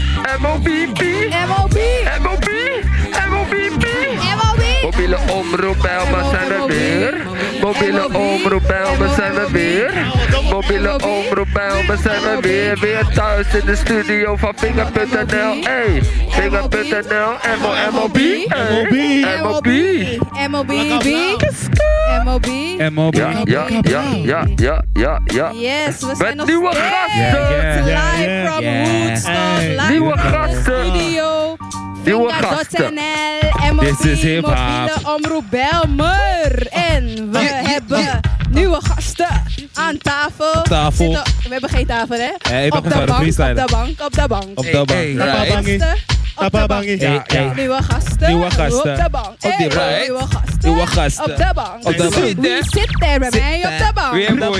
MOBB. MOB. MOB. MOBB. MOB. Mobiele omroep Belmen zijn er weer. Mobiele omroep Belmen zijn er weer. Mobiele omroep Belmen zijn er weer. Weer thuis in de studio van Vinger.nl. Hey, Vinger.nl. MO, MOB. hey. MOB. MOB. MOB. MOB. Ja, ja, ja, ja, ja, ja, ja. Yes, we zijn Met nog nieuwe steeds gasten. Ja, Live ja, from ja. Woodstock. Hey. Live Nieuwe from de gasten. Studio. Nieuwe Vinda gasten. .nl, MOB, This is hip-hop. mobiele omroep Belmer. En we hebben nieuwe gasten aan tafel. tafel. Zitten- we hebben geen tafel, hè? Ja, ik ben op, de gewoon bank, op freestylen. de bank, op de bank. Op de bank. Hey, Hey, hey. bank. Gasten, op de bank. Hey, Ja, hey. Nieuwe gasten. Nieuwe gasten. Op de bank. Op die Hey, bank. Nieuwe gasten. Nieuwe gasten. Op de bank. Op de bank. Wie zit er bij mij op de bank? Wie hebben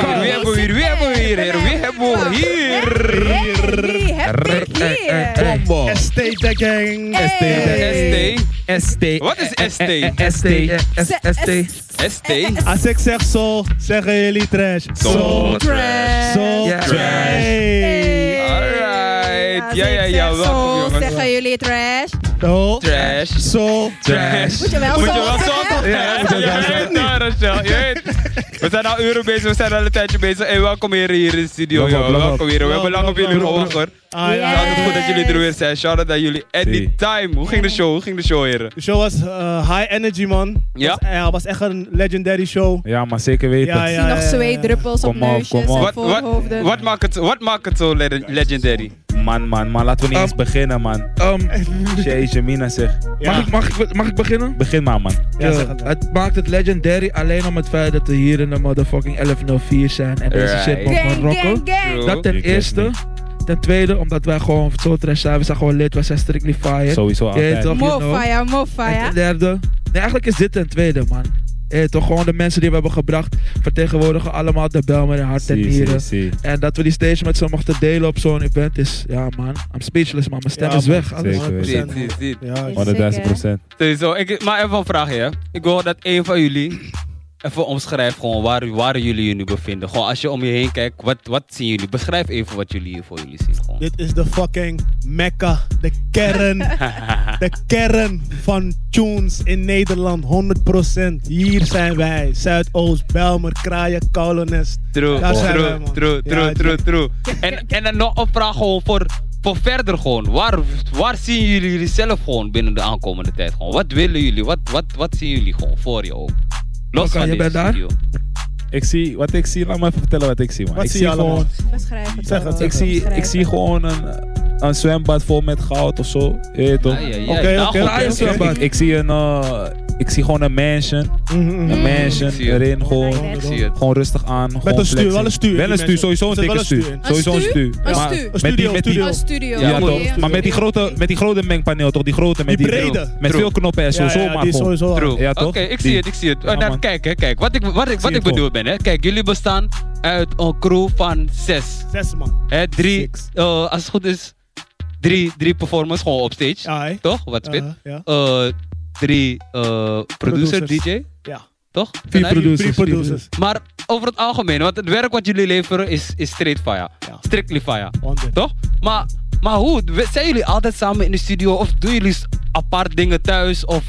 we hier? Wie hebben we hier? Wie hebben we hier? heren? Wie hebben we hier? Hey, Wie hebben we hier? Oh. Combo. Estate gang. Hey. ST. ST. Wat is ST? Eh, eh, eh, ST. ST. ST. Eh, Als ik zeg soul, zeggen jullie trash. Soul trash. Soul Ja. trash. Hey. Alright. Ja, ja, ja. Zo, Welkom jongens. Zeggen jullie trash? Soul Trash. eh, Soul Trash. Moet je wel Moet zo je wel zo zeggen? toch? Ja, Ja, ja, je ja. weet het, Rachel, je weet het. We zijn al uren bezig, we zijn al een tijdje bezig. Hey, welkom hier, hier in de studio, Blok op, joh. blok op. Welkom hier. We hebben lang op jullie Blok op, blok op. gewacht, hoor. Ah, ja. Ja. Het is goed dat jullie er weer zijn. Shout out aan jullie. Anytime. Hoe ging de show? Hoe ging de show, heren? De show was eh, high energy, man. Ja. Was, eh, was echt een legendary show. Ja, maar zeker weten. Ja, Ik ja. zie nog zweetdruppels op Kom op, neusjes kom op. en Wat, wat, voorhoofden. wat, maakt het, wat maakt het zo le- legendary? Man, man, man. Laten we niet Um. eens beginnen, man. Ehm, Jeetje, Mina zeg. mag, ik, mag, ik, mag ik beginnen? Begin maar, man. Ja, Ja, zeg het maar. het maakt het legendary alleen om het feit dat we hier in de motherfucking 1104 zijn en deze shit Right. mogen Gang, gaan gang, rocken. gang. True. Dat ten You get eerste. Ten tweede, omdat wij gewoon zo trash zijn. We zijn gewoon lid, we zijn strictly fire. Sowieso Je weet altijd. toch, you nou? know. Mofaya, En mofaya. ten derde. Nee, eigenlijk is dit ten tweede, man. Je weet toch, gewoon de mensen die we hebben gebracht vertegenwoordigen allemaal de Belmer in hart en Zie, zie, nieren. zie. En dat we die stage met ze mochten delen op zo'n event is, ja man, I'm speechless man, mijn stem Ja, is man. weg. Alles Zeker weten. Dit, dit, 100%. dit. Ja, Yes. 100.000 procent. Sowieso, ik, maar even een vraagje. Hè. Ik wil dat een van jullie even omschrijft gewoon waar, waar jullie je nu bevinden. Gewoon als je om je heen kijkt, wat, wat zien jullie? Beschrijf even wat jullie hier voor jullie zien. Gewoon. Dit is de fucking mekka, de kern, de kern van tunes in Nederland, 100%. Hier zijn wij, Zuidoost, Belmer, Kraaien, Kolonist. True, Daar zijn wij, true, man. true, Ja, true, die- true, true. En, en dan nog een vraag gewoon voor, voor verder gewoon. Waar, waar zien jullie jullie zelf gewoon binnen de aankomende tijd? Gewoon? Wat willen jullie? Wat, wat, wat zien jullie gewoon voor je ook? Los Oké, van je deze bent daar? studio. Ik zie, wat ik zie, laat me even vertellen wat ik zie, man. Wat ik zie je allemaal? gewoon, Beschrijf het. Zeg het, wel. ik zie, Beschrijf ik zie het. gewoon een, een zwembad vol met goud of zo. Je weet toch? Oh, Ja, ja, Ah, ja. Oké, Nou, oké, goed, oké. hè. Zwembad. Ik, ik zie een, eh, ik zie gewoon een mansion. mm, Mhm, mhm. Een mansion Ik zie het. erin, gewoon, Ik zie het. gewoon rustig aan. gewoon een stuur, flexen. wel een stuur. Wel een stuur, sowieso een Er zit wel dikke stuur. een stuur in. Sowieso een Een stuur. stuur? Een Maar stuur. Met die, Studio, met die, studio. Een Oh, studio. ja, Ja, toch? studio. Maar met die grote, met die grote mengpaneel toch? Die grote met Die die, brede. met True. veel knoppen en zo, Ja, ja, zomaar die is gewoon. sowieso True. Ja, Oké, toch? ik Die- zie het, ik zie het. Ja, Inderdaad, man. kijk, hè, kijk. Wat ik, wat ik, wat zie ik het bedoel ben, hè. Kijk, jullie bestaan uit een crew van zes. Zes man. Hè, drie, Six. eh, als het goed is, drie, drie performers gewoon op stage. Ja, hè? Toch? Wat spit? Uh, ja. Eh, drie eh producer, Producers. DJ. Ja. Toch? Vier Zijn hij? producers. Drie vier producers. Maar over het algemeen, want het werk wat jullie leveren is, is straight fire. Ja. Strictly fire. 100. Toch? Maar, maar hoe? We- Zijn jullie altijd samen in de studio of doen jullie s- apart dingen thuis? Of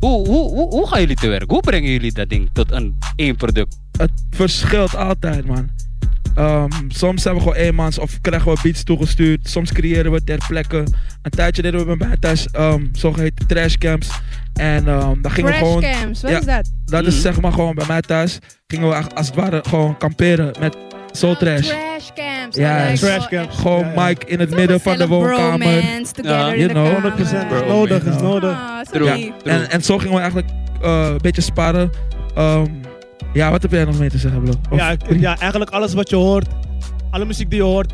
hoe, hoe, hoe, hoe gaan jullie te werk? Hoe brengen jullie dat ding tot een één product? het verschilt altijd, man. Ehm, soms hebben we gewoon eenmans of krijgen we beats toegestuurd. Soms creëren we ter plekke. Een tijdje deden we bij mij thuis ehm zogeheten trashcamps. En ehm dan gingen we gewoon... Trashcams, wat Ja. is dat? Dat Mhm. is zeg maar gewoon bij mij thuis. Gingen we echt als het ware gewoon kamperen met Soul Trash. Trashcams. Ja, dat lijkt Trash wel camp. echt- Gewoon Ja, ja. Mike in het midden van de woonkamer. Romance, together Ja, in you de know, kamer. 100% is Bro, nodig, is man. nodig. Ah, sorry. True. Ja, en, en zo gingen we eigenlijk eh, een beetje sparren. Ehm, ja, wat heb jij nog meer te zeggen, bro? Of- Ja, ik- ja, eigenlijk alles wat je hoort, alle muziek die je hoort,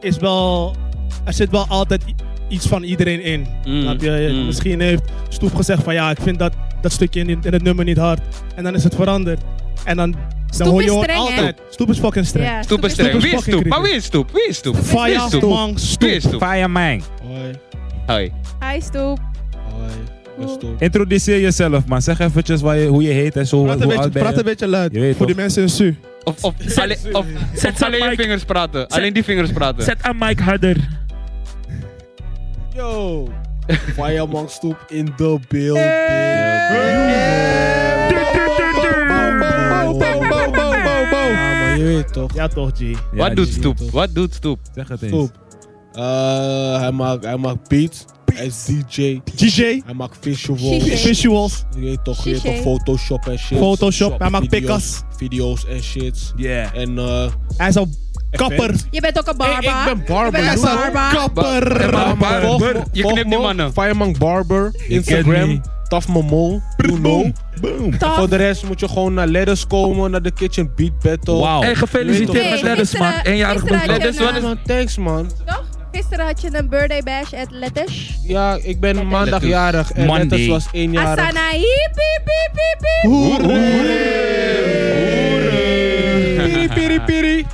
is wel. Er zit wel altijd i- iets van iedereen in. Mm, Snap je? mm. Misschien heeft Stoef gezegd van ja, ik vind dat, dat stukje in, in het nummer niet hard. En dan is het veranderd. En dan, dan Stoep hoor je is hoort streng, hè? altijd. Stoep is fucking streng. Ja, Stoep is super- streng. Wie is fucking stoep? Maar kritisch. wie is stoep? Wie is stoep? Wie is Fire, stoep? Tomang, Wie is Stoep. stoep? Fireman. Hoi, Hoi. Hi, Stoep. hoi, Hoe- Introduceer jezelf, man. Zeg eventjes waar je, hoe je heet en zo. Praat hoe een, beetje, oud ben praat je. een beetje luid. Je weet Voor die mensen in Su. Of, of, alleen- of, of zet alleen je Mike. Oh, vingers praten. Alleen die vingers praten. Zet aan Mike harder. Yo. Fireman Stoep in the building. Ja, maar je weet toch. Ja toch, G. Wat doet Stoep? toch? Wat doet Stoep? Zeg het Stoep. Eh, hij, maakt, hij maakt beats. Hij is DJ. DJ. Hij maakt visuals. Shit. Visuals. Je weet toch, je weet Shit. toch Photoshop en shit. Photoshop. Hij maakt video's- pikkers. Video's en shit. Yeah. En eh. Hij is een kapper. Je bent ook een barba. ik ben barber, Je Hij bent is een een barba. kapper. Barber. Maar volg me- Je volg knipt die me, mannen. Fireman Barber, me. Instagram, Taf Momol, you know. Taf. Voor de rest moet je gewoon naar Letters komen, naar de Kitchen Beat Battle. Wauw. Hey, gefeliciteerd Hey, met Letters, man. gisteren- Eenjarig gisteren bestaan. had je Letters, wat een, is- Man, thanks man. Toch? Gisteren had je een birthday bash at Letters. Ja, ik ben maandag Letters. jarig en Monday. Letters was één jaar. Asana, hiep, hiep, hiep, hiep, hiep. Piri, piri, piri.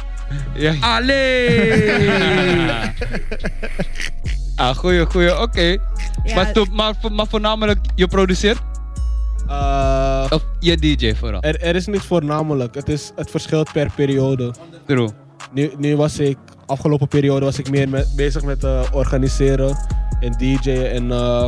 Ja. Allee! Ah, goeie, goeie. Oké. Ja, Maar, Stoep, maar, vo- maar voornamelijk je produceert? Eh, Of je DJ vooral? er, er is niks voornamelijk. Het, is, het verschilt per periode. True. Nu, nu was ik, afgelopen periode was ik meer met, bezig met eh, organiseren en DJ'en en eh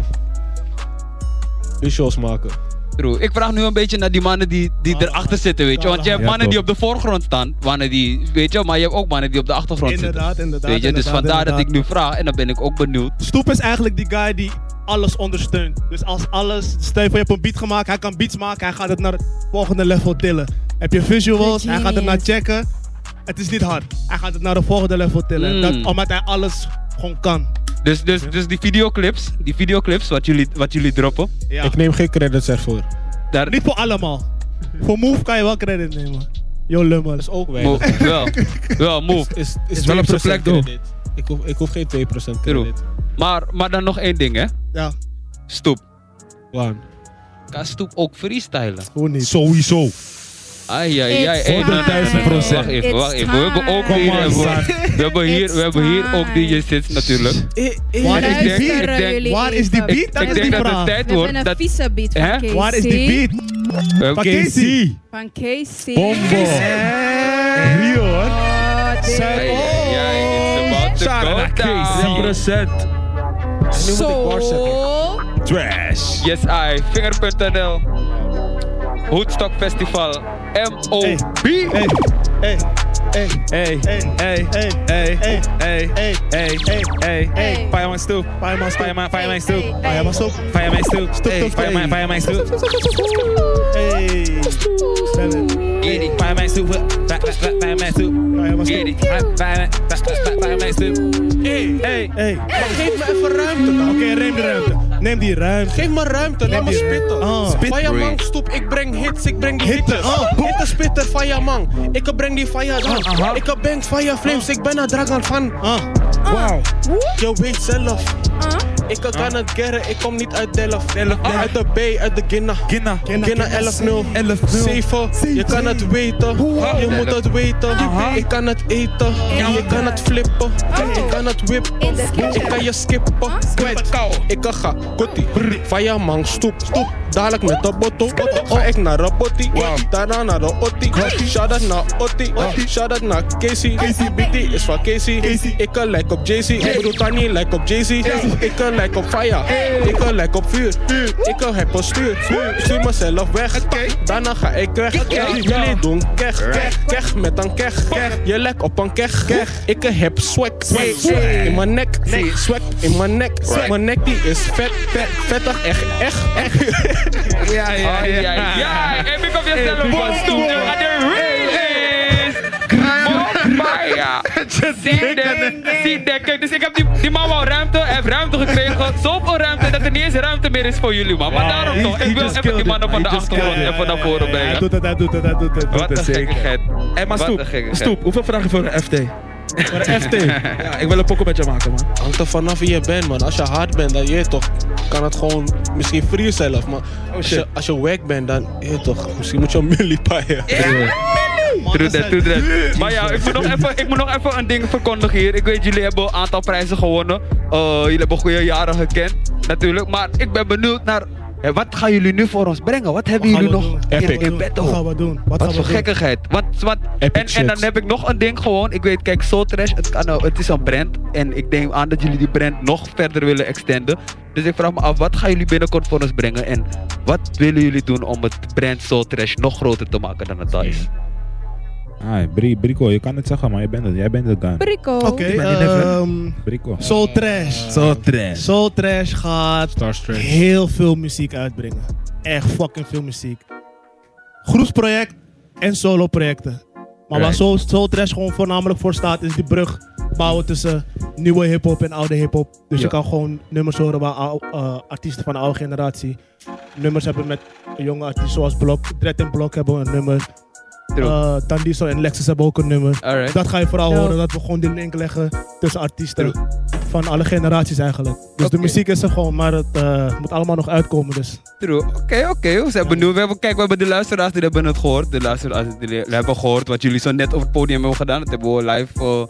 visuals maken. True. Ik vraag nu een beetje naar die mannen die, die Ah, erachter zitten, weet je. Want je hebt Ja, mannen toch. die op de voorgrond staan, mannen die, weet je, maar je hebt ook mannen die op de achtergrond zitten. Inderdaad, inderdaad. Weet je, dus inderdaad, vandaar dat ik inderdaad. nu vraag en dan ben ik ook benieuwd. Stoep is eigenlijk die guy die alles ondersteunt. Dus als alles, stel je voor je hebt een beat gemaakt, hij kan beats maken, hij gaat het naar het volgende level tillen. Heb je visuals, hij gaat het naar checken. Het is niet hard. Hij gaat het naar de volgende level tillen. Mm. Dat, omdat hij alles gewoon kan. Dus, dus, dus die videoclips, die videoclips wat jullie, wat jullie droppen, Ja. Ik neem geen credits ervoor. Dat daar Niet voor allemaal. Voor Move kan je wel credit nemen. Yo, Lummel. is ook weinig. move. wel, wel, move. Is, is, Is wel op zijn 2% plek, though. credit. Ik hoef, ik hoef geen 2% credit. Maar, maar dan nog één ding, hè. Ja, Stoep. Waan. Kan Stoep ook freestylen? hoe niet? Sowieso. Ai, ai, ai. It's hey, dan- 100.000%. Wacht even, wacht even. We hebben ook Come hier, on, we hebben- we hebben hier, It's we hebben hier ook time. DJ sits natuurlijk. Waar is Luister, eh, die beat? ik denk- jullie Waar is die even. beat? Dat Ik is denk die dat het vraag. tijd We hebben wordt een dat vieze beat van Hè? Casey. Waar is die beat? we Van Casey. Casey. Van Casey. Bombo. Rio hoor. Oh, dit- Hey, ja, Oh. it's about to go down. Represent. Zo. Trash. Yes, I. Vinger.nl. Hoedstock Festival. MOB. Hey, hey, hey, Hey, hey, hey, hey, hey, hey, hey, hey, hey, hey, Hey. hey. Fireman Stoep. Fireman Stoep. Fireman, Fireman Stoep. Hey, hey, hey. Fireman Stoep. Fireman Stoep. Hey, Stoep, Fireman, hey. Fireman Stoep. Hey. Stel het. Get it, Fireman Stoep. Fi- fi- fi- Fireman Stoep. Fireman Stoep. get it. Fi- Fireman- fi- fi- Fireman Stoep. Hey, Hey. Geef me even ruimte Oké, dan. neem de ruimte. Neem die ruimte. Geef me ruimte, laat me die- spitten. Ah. Spit Break. Fireman, stop, ik breng hits, ik breng die Hitte, hitters. ah. Hitte spitter, Fireman. Ik breng die fire down. aha. Ik breng fire flames, ik ben een dragon fan. Ah, Wow. Je weet zelf, Ah, ik kan het gerren, ik kom niet uit Delft. Ah, Uit de B, uit de Guinea. Ginna. Guinea 11-0. 11-0. 7, je kan het weten. Je moet het weten. Aha. Ik kan het eten. Je kan het flippen. Ik kan het whippen. In de kitchen. Ik kan je skippen. Kwijt. oh. Ik kan ga kotti. Fireman stoep. stoep. Dadelijk met de bottle. Ga ik naar de botti. Daarna naar de otti. Shout out naar otti. Shout out naar Casey. BT is van Casey. Ik kan lijk op JC. Ik bedoel Tani lijk op JC. Ik kan lijk op fire. Ik kan lijk op vuur. Ik kan heb een stuur. Stuur mezelf weg. Daarna ga ik weg. Jullie doen kech. Kech met een kech. Je lek op een kech. Ik heb swag. In mijn nek. Swag in mijn nek. Mijn nek die is vet. vet, Vettig echt. Echt. Echt. Ja, ja, Ai, ai, ja. ai. En pick up yourself Hey, one, two, boy. and the real is Mobaya. Zie dekken. Dus ik heb die, die man wou ruimte, hij heeft ruimte gekregen. Zoveel ruimte dat er niet eens ruimte meer is voor jullie, man. Maar daarom he- toch, he ik wil just even die killed mannen it. van de He just achtergrond killed it. even naar hij voren brengen. doet het, hij doet het, hij doet het. Wat een zeker. gekkigheid. Hey, maar Wat een Stoep. gekkigheid. Stoep, hoeveel vragen voor een FT? Voor de FT. Ja, ik wil een pokken met je maken, man. Hangt er vanaf wie je bent, man. Als je hard bent, dan je weet toch. Kan het gewoon misschien free zelf, maar als je, shit. als je wack bent, dan je weet toch. Misschien moet je een milli paaien. Doe dat, doe dat. Maar ja, ik moet, nog even, ik moet nog even een ding verkondigen hier. Ik weet, jullie hebben een aantal prijzen gewonnen. Eh, jullie hebben goede jaren gekend, natuurlijk. Maar ik ben benieuwd naar En wat gaan jullie nu voor ons brengen? Wat hebben gaan we jullie nog doen? Wat in, gaan we in doen? petto? Wat gaan we doen? Wat gaan Wat we voor doen? gekkigheid. Wat, wat, Epic en, en dan shit. heb ik nog een ding gewoon. Ik weet, kijk, Soul Trash, het, kan, nou- het is een brand. En ik neem aan dat jullie die brand nog verder willen extenden. Dus ik vraag me af, wat gaan jullie binnenkort voor ons brengen? En wat willen jullie doen om het brand Soul Trash nog groter te maken dan het al is? Ah, Bri- Brico, je kan het zeggen, maar jij bent het. Jij bent het guy. Brico. Oké, ehm, Brico. Soul Trash. Zo trash. Soul Trash gaat heel veel muziek uitbrengen. Echt fucking veel muziek. Groepsproject en soloprojecten. Maar waar Right. Soul, Soul Trash gewoon voornamelijk voor staat, is die brug bouwen tussen nieuwe hip-hop en oude hip-hop. Dus je Ja. kan gewoon nummers horen waar ou- eh, artiesten van de oude generatie nummers hebben met jonge artiesten zoals Blok. Dread en Blok hebben een nummer. True. Eh Tandiso en Lexus hebben ook een nummer. Eh, Alright. Dat ga je vooral Ja. horen, dat we gewoon de link leggen tussen artiesten van alle generaties eigenlijk. Dus de Oké. muziek is er gewoon, maar het eh, moet allemaal nog uitkomen. Dus True. Oké, oké. We zijn benieuwd. We hebben, kijk, we hebben de luisteraars die hebben het gehoord. De luisteraars die die hebben gehoord wat jullie zo net op het podium hebben gedaan. Dat hebben we live, eh,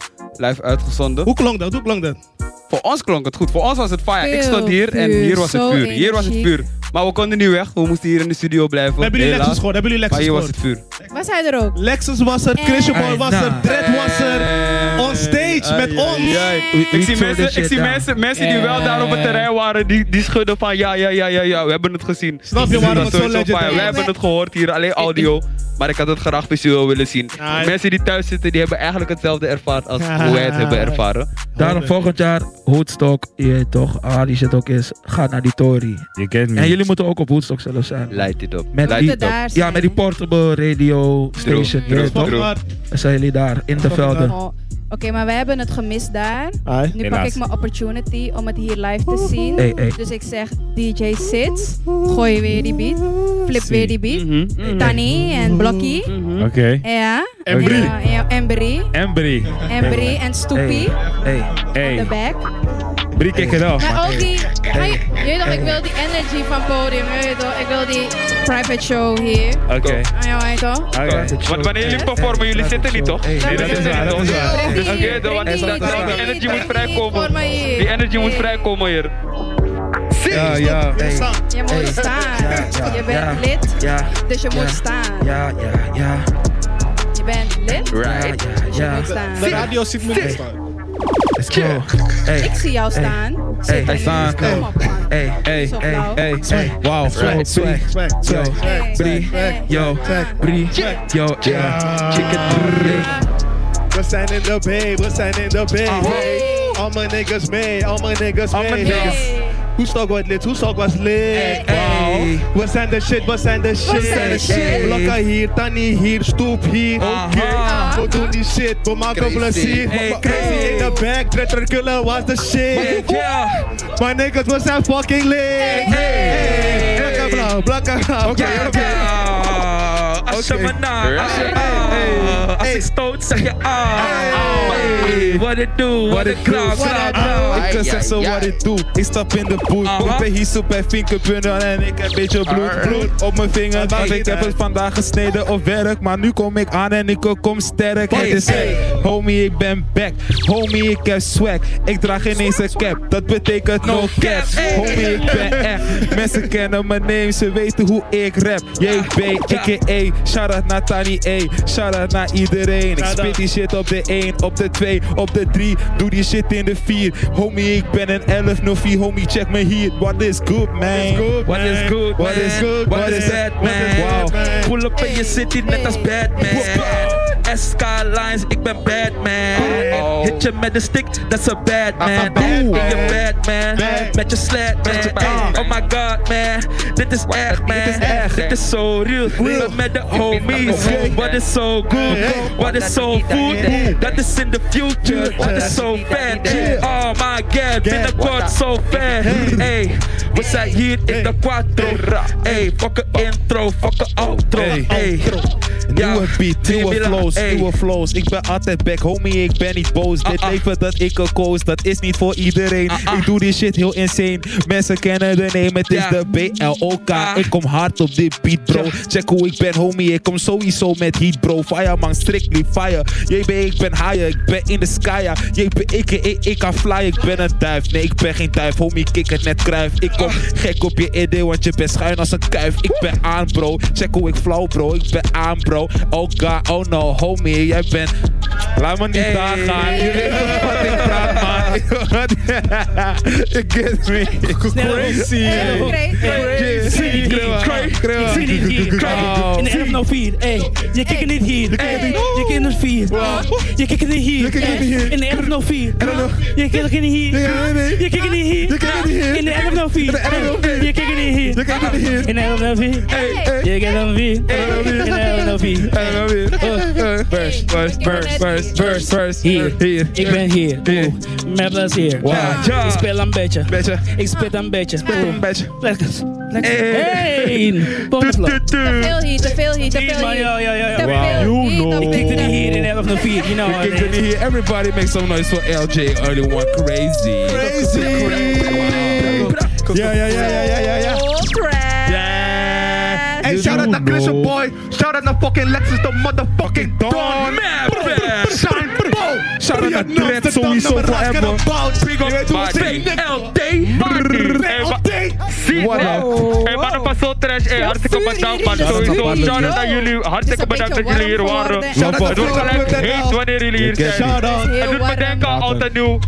live uitgezonden. hoe klonk dat? Hoe klonk dat? Voor ons klonk het goed. Voor ons was het fire. Ik Veel stond hier en vuur. hier was het Zo vuur. Hier was het energiek. vuur. Maar we konden niet weg. We moesten hier in de studio blijven. Hebben jullie Lexus Helaas. gehoord? Hebben jullie Maar Lexus hier was het gehoord? vuur. Wij zijn er ook. Lexus was er, Eh. Christian Ball Hey, was nah. er, Dread was er. Eh, On stage met Ai, ai, ons. ai. We- we eh, Ik zie threw this mensen, ik shit zie down. mensen, mensen die wel daar op Eh. het terrein waren, die, die schudden van ja, ja, ja, ja, ja, we hebben het gezien. Snap je Dus waarom dat het is zo sowieso legendary fire. is? We hebben het gehoord hier, alleen audio, maar ik had het graag visueel willen zien. Ja, Mensen die thuis zitten, die hebben eigenlijk hetzelfde ervaren als Ja. hoe wij het hebben ervaren. Daarom volgend jaar, Woodstock, je weet toch, ah, die shit ook is, gaat naar die Tory. Je kent me. En jullie moeten ook op Woodstock zelf zijn. Light it up. Met Light die- it up. daar Ja, met die portable radio station. Je True, weet toch? true. Maar- Dan zijn jullie daar, in de velden. Oh, Oké, maar we hebben het gemist daar. Ai. Nu pak Helaas. ik mijn opportunity om het hier live te zien. Hey, hey. Dus ik zeg DJ Sits, gooi weer die beat, flip weer die beat. Mhm, mhm. Tani en Mm. Blokkie. Oké. Ja. En Brie. Ja, ja, En Brie. En Brie. En Brie en Stoepie. Hey, De Hey. back. Brie, kijk het af. Maar ook die... Hey, Je weet toch, ik wil die energy van podium. Je weet toch, ik wil die private show hier. Oké. Ah, Ja, weet je toch? Oké. Want wanneer jullie performen, jullie zitten niet toch? Hey, Nee, dat is waar, dat is waar. Breng Dus die, oké, dan- breng die, dan- breng dan- die, die breng energy moet die voor vrijkomen. mij hier. Die energy moet Hey. vrijkomen hier. Ja, ja. Hey. Je moet Hey. staan. Ja, ja, je ja. bent lid, Ja, dus je Ja. moet staan. ja, ja, ja. Je bent lid, Ja, ja, dus je ja. moet staan. De radio zit me niet staan. Let's go. Hey, Ik zie jou staan. Zit Hey. er niet. Staan. Kom op, man. hey, hey, Zo hey, flauw. hey, hey. Wow, Swag, swag, swag, swag. Hey. Brie, Hey. yo, Hey. Brie, yo, yeah. Chicken, brrr. We zijn in de bay, we zijn in de bay. Hey. All my niggas mee, all my niggas All my mee. niggas. Hoe stok was lid, hoe stok was lid. Hey. We zijn de shit, we zijn de shit. zijn de shit. Blokka hier, Tani hier, stoep hier. Aha. We doen die shit, we maken plezier. Hey, Crazy in the back, Dretter Killer was the shit. Yeah. My niggas, we zijn fucking lit. Hey. Blokka blauw, blokka blauw. Oké, Ja, oké. ja. Als je me na, als je ah, als ik stoot, zeg je ah. Hey. What it do, what it klaar, klaar, klaar. Ik kan zeggen wat ik doe. Ik stap in de boot. Aha. Pompen hier soep bij vinkerpunten en ik heb een beetje bloed. Bloed op mijn vinger. Hey. want ik heb het vandaag gesneden op werk. Maar nu kom ik aan en ik kom sterk. Hey. Het is Hey. Homie, ik ben back. Homie, ik heb swag. Ik draag ineens een cap. Dat betekent no, No cap. caps. Hey. Homie, ik ben echt. Mensen kennen mijn name. Ze weten hoe ik rap. JB, a.k.a. Shout-out naar Tani A. Shout-out naar iedereen. Ik spit die shit op de 1, op de 2, op de 3. Doe die shit in de 4. Homie, ik ben een 1104. Homie, check me hier. What is good, man? What is good, What man? is good, What man? is bad, What is man? good, man? Pull up in je city net als Batman. SK Lines, ik ben Batman. Hit je met een stick, dat is een Batman. In je Batman, met je sled, man. Hey, Oh my god, man. Dit is echt, man. Dit is zo real. Real met de homies. What is so good? What is so food? Dat is in the future. What is so bad? Oh my god, binnenkort zo ver. Hey, we zijn hier in de quattro. Hey, fuck een intro, fuck een outro. Hey, Nieuwe beat, nieuwe Hey. flows, Hey. nieuwe flows. Ik ben altijd back, homie, ik ben niet boos. Dit Ah, ah. leven dat ik koos, dat is niet voor iedereen. Ah, ah. Ik doe die shit heel insane. Mensen kennen de name, het Ja. is de BLOK. Ah. Ik kom hard op dit beat, bro. Ja. Check hoe ik ben, homie, ik kom sowieso met heat, bro. Fireman, strictly fire. JB, ik ben higher, ik ben in de sky. ja. JB, ik, ik, ik kan fly, ik ben een duif. Nee, ik ben geen geen duif. Homie, kick het net kruif. Ik kom gek op je idee, want je bent schuin als een kuif. Ik ben aan, bro. Check hoe ik flow, bro. Ik ben aan, bro. Oh god, oh no, homie, jij bent. Laat me niet Hey. daar gaan. Je weet toch wat ik praat, man. You get me. Crazy. Crazy. Oh. In de 11 nou 4, ey. Je kijkt niet hier, ey. Je kijkt niet hier, je kijkt niet hier, ey. In de 11 nou 4, je kijkt niet hier, je kijkt niet hier, in de 11 nou 4, ey. Je kijkt niet hier, in de 11 nou 4, je kijkt niet hier, in de 11 nou 4. Oh, Burst, burst, burst, burst, burst, burst. Hier, Hier. ik ben hier, oeh. met plezier. Ja, Ah. Ik speel een beetje, Beetje. ik speel een beetje, Een oeh. beetje. Lekker, lekker. Hey. Eén, pompslag. Te veel hier, te veel hier, te veel Ja, ja, hier. ja, ja. Te veel hier, te Ik veel kikte niet hier. hier in 11 naar 4, you know. Kick it in here. Everybody make some noise for LJ Early One Crazy. Crazy. Ja, ja, ja, ja, ja, ja, ja. Oh, crap. Ja. Hey, shout out naar Chris Boy. Shout out naar fucking Lexus, de motherfucking Don. Shine, bro. Shout out naar Dredd sowieso forever. Big up Martin, LT, Martin. Hey, wa- Zie What je? up? Hey, mannen van Soul Trash, hey, hartstikke vuur bedankt man. hier is het. Sowieso, Shout-out shout-out naar aan jullie. Het is Hartstikke een bedankt dat beetje jullie hier warm waren. geworden. Shout-out naar Het wordt gelijk heet wanneer jullie hier Kijk. zijn. Shout out. Heel Het doet me warm. denken aan oud en nieuw.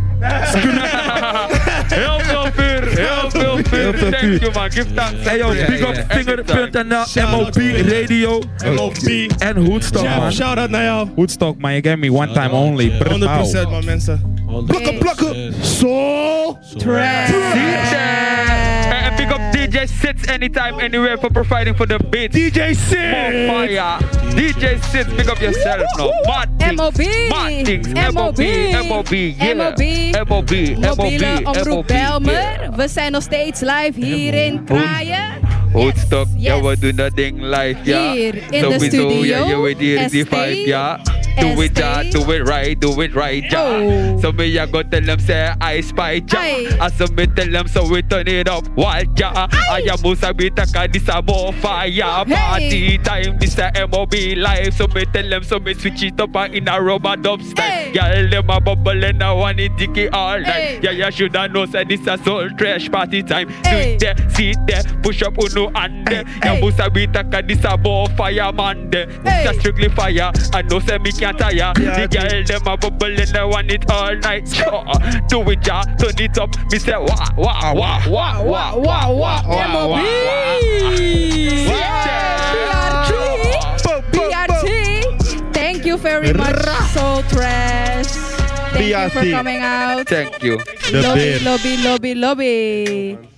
Heel veel vuur, heel veel Heel veel vuur. vuur. Thank you man, give thanks. Hey yo, big up Shout vinger.nl, out MOB to you. Radio MOP. en Hoedstok man. Shout out naar jou. Woodstock, man. You gave me one time only. 100% man, mensen. Blokken, Plakken. Zo. DJ. Hey, And big up DJ Sits anytime, anywhere for providing for the beats. DJ Sid. Fire. DJ Sits, big up yourself now. Martins. MOB. Martins. MOB. MOB. Yeah. MOB. MOB. Mobiele omroep MOB. Belmer. We zijn nog steeds live hier in Kraaien. Hoedstok. Yes, Ja, yes. we doen dat ding live, ja. Hier in de Sowieso, ja, studio. je weet hier is die ST. vibe, ja. Do it, ST. ja. Do it right. Do it right, ja. Oh. So me, I go tell them, say, I spy, Aye. ja. As me tell them, so we turn it up, wild, ja. I am Musa Bitaka, this a bonfire party time. This a MOB live. So me tell them, so me switch it up and in a rubber dub Hey. style. Y'all them a bubble and I want it dicky all Hey. night. Yeah, yeah, shoulda know, say this a soul trash party time. Hey. Sit there there, sit there, push up uno and there. Hey. Ya musa bita kadisa bo fireman there. Hey. Just strictly fire, I know say me can't tire. the girl them a bubble and I want it all night. Sure. Do it ja, turn it up. Me say wah wah wah wah wah wah wah. wah, wah. BRG. BRG. Thank you very much, Soul Trash. Thank you for BRG. coming out. Thank you. Lobby, lobby, lobby, lobby.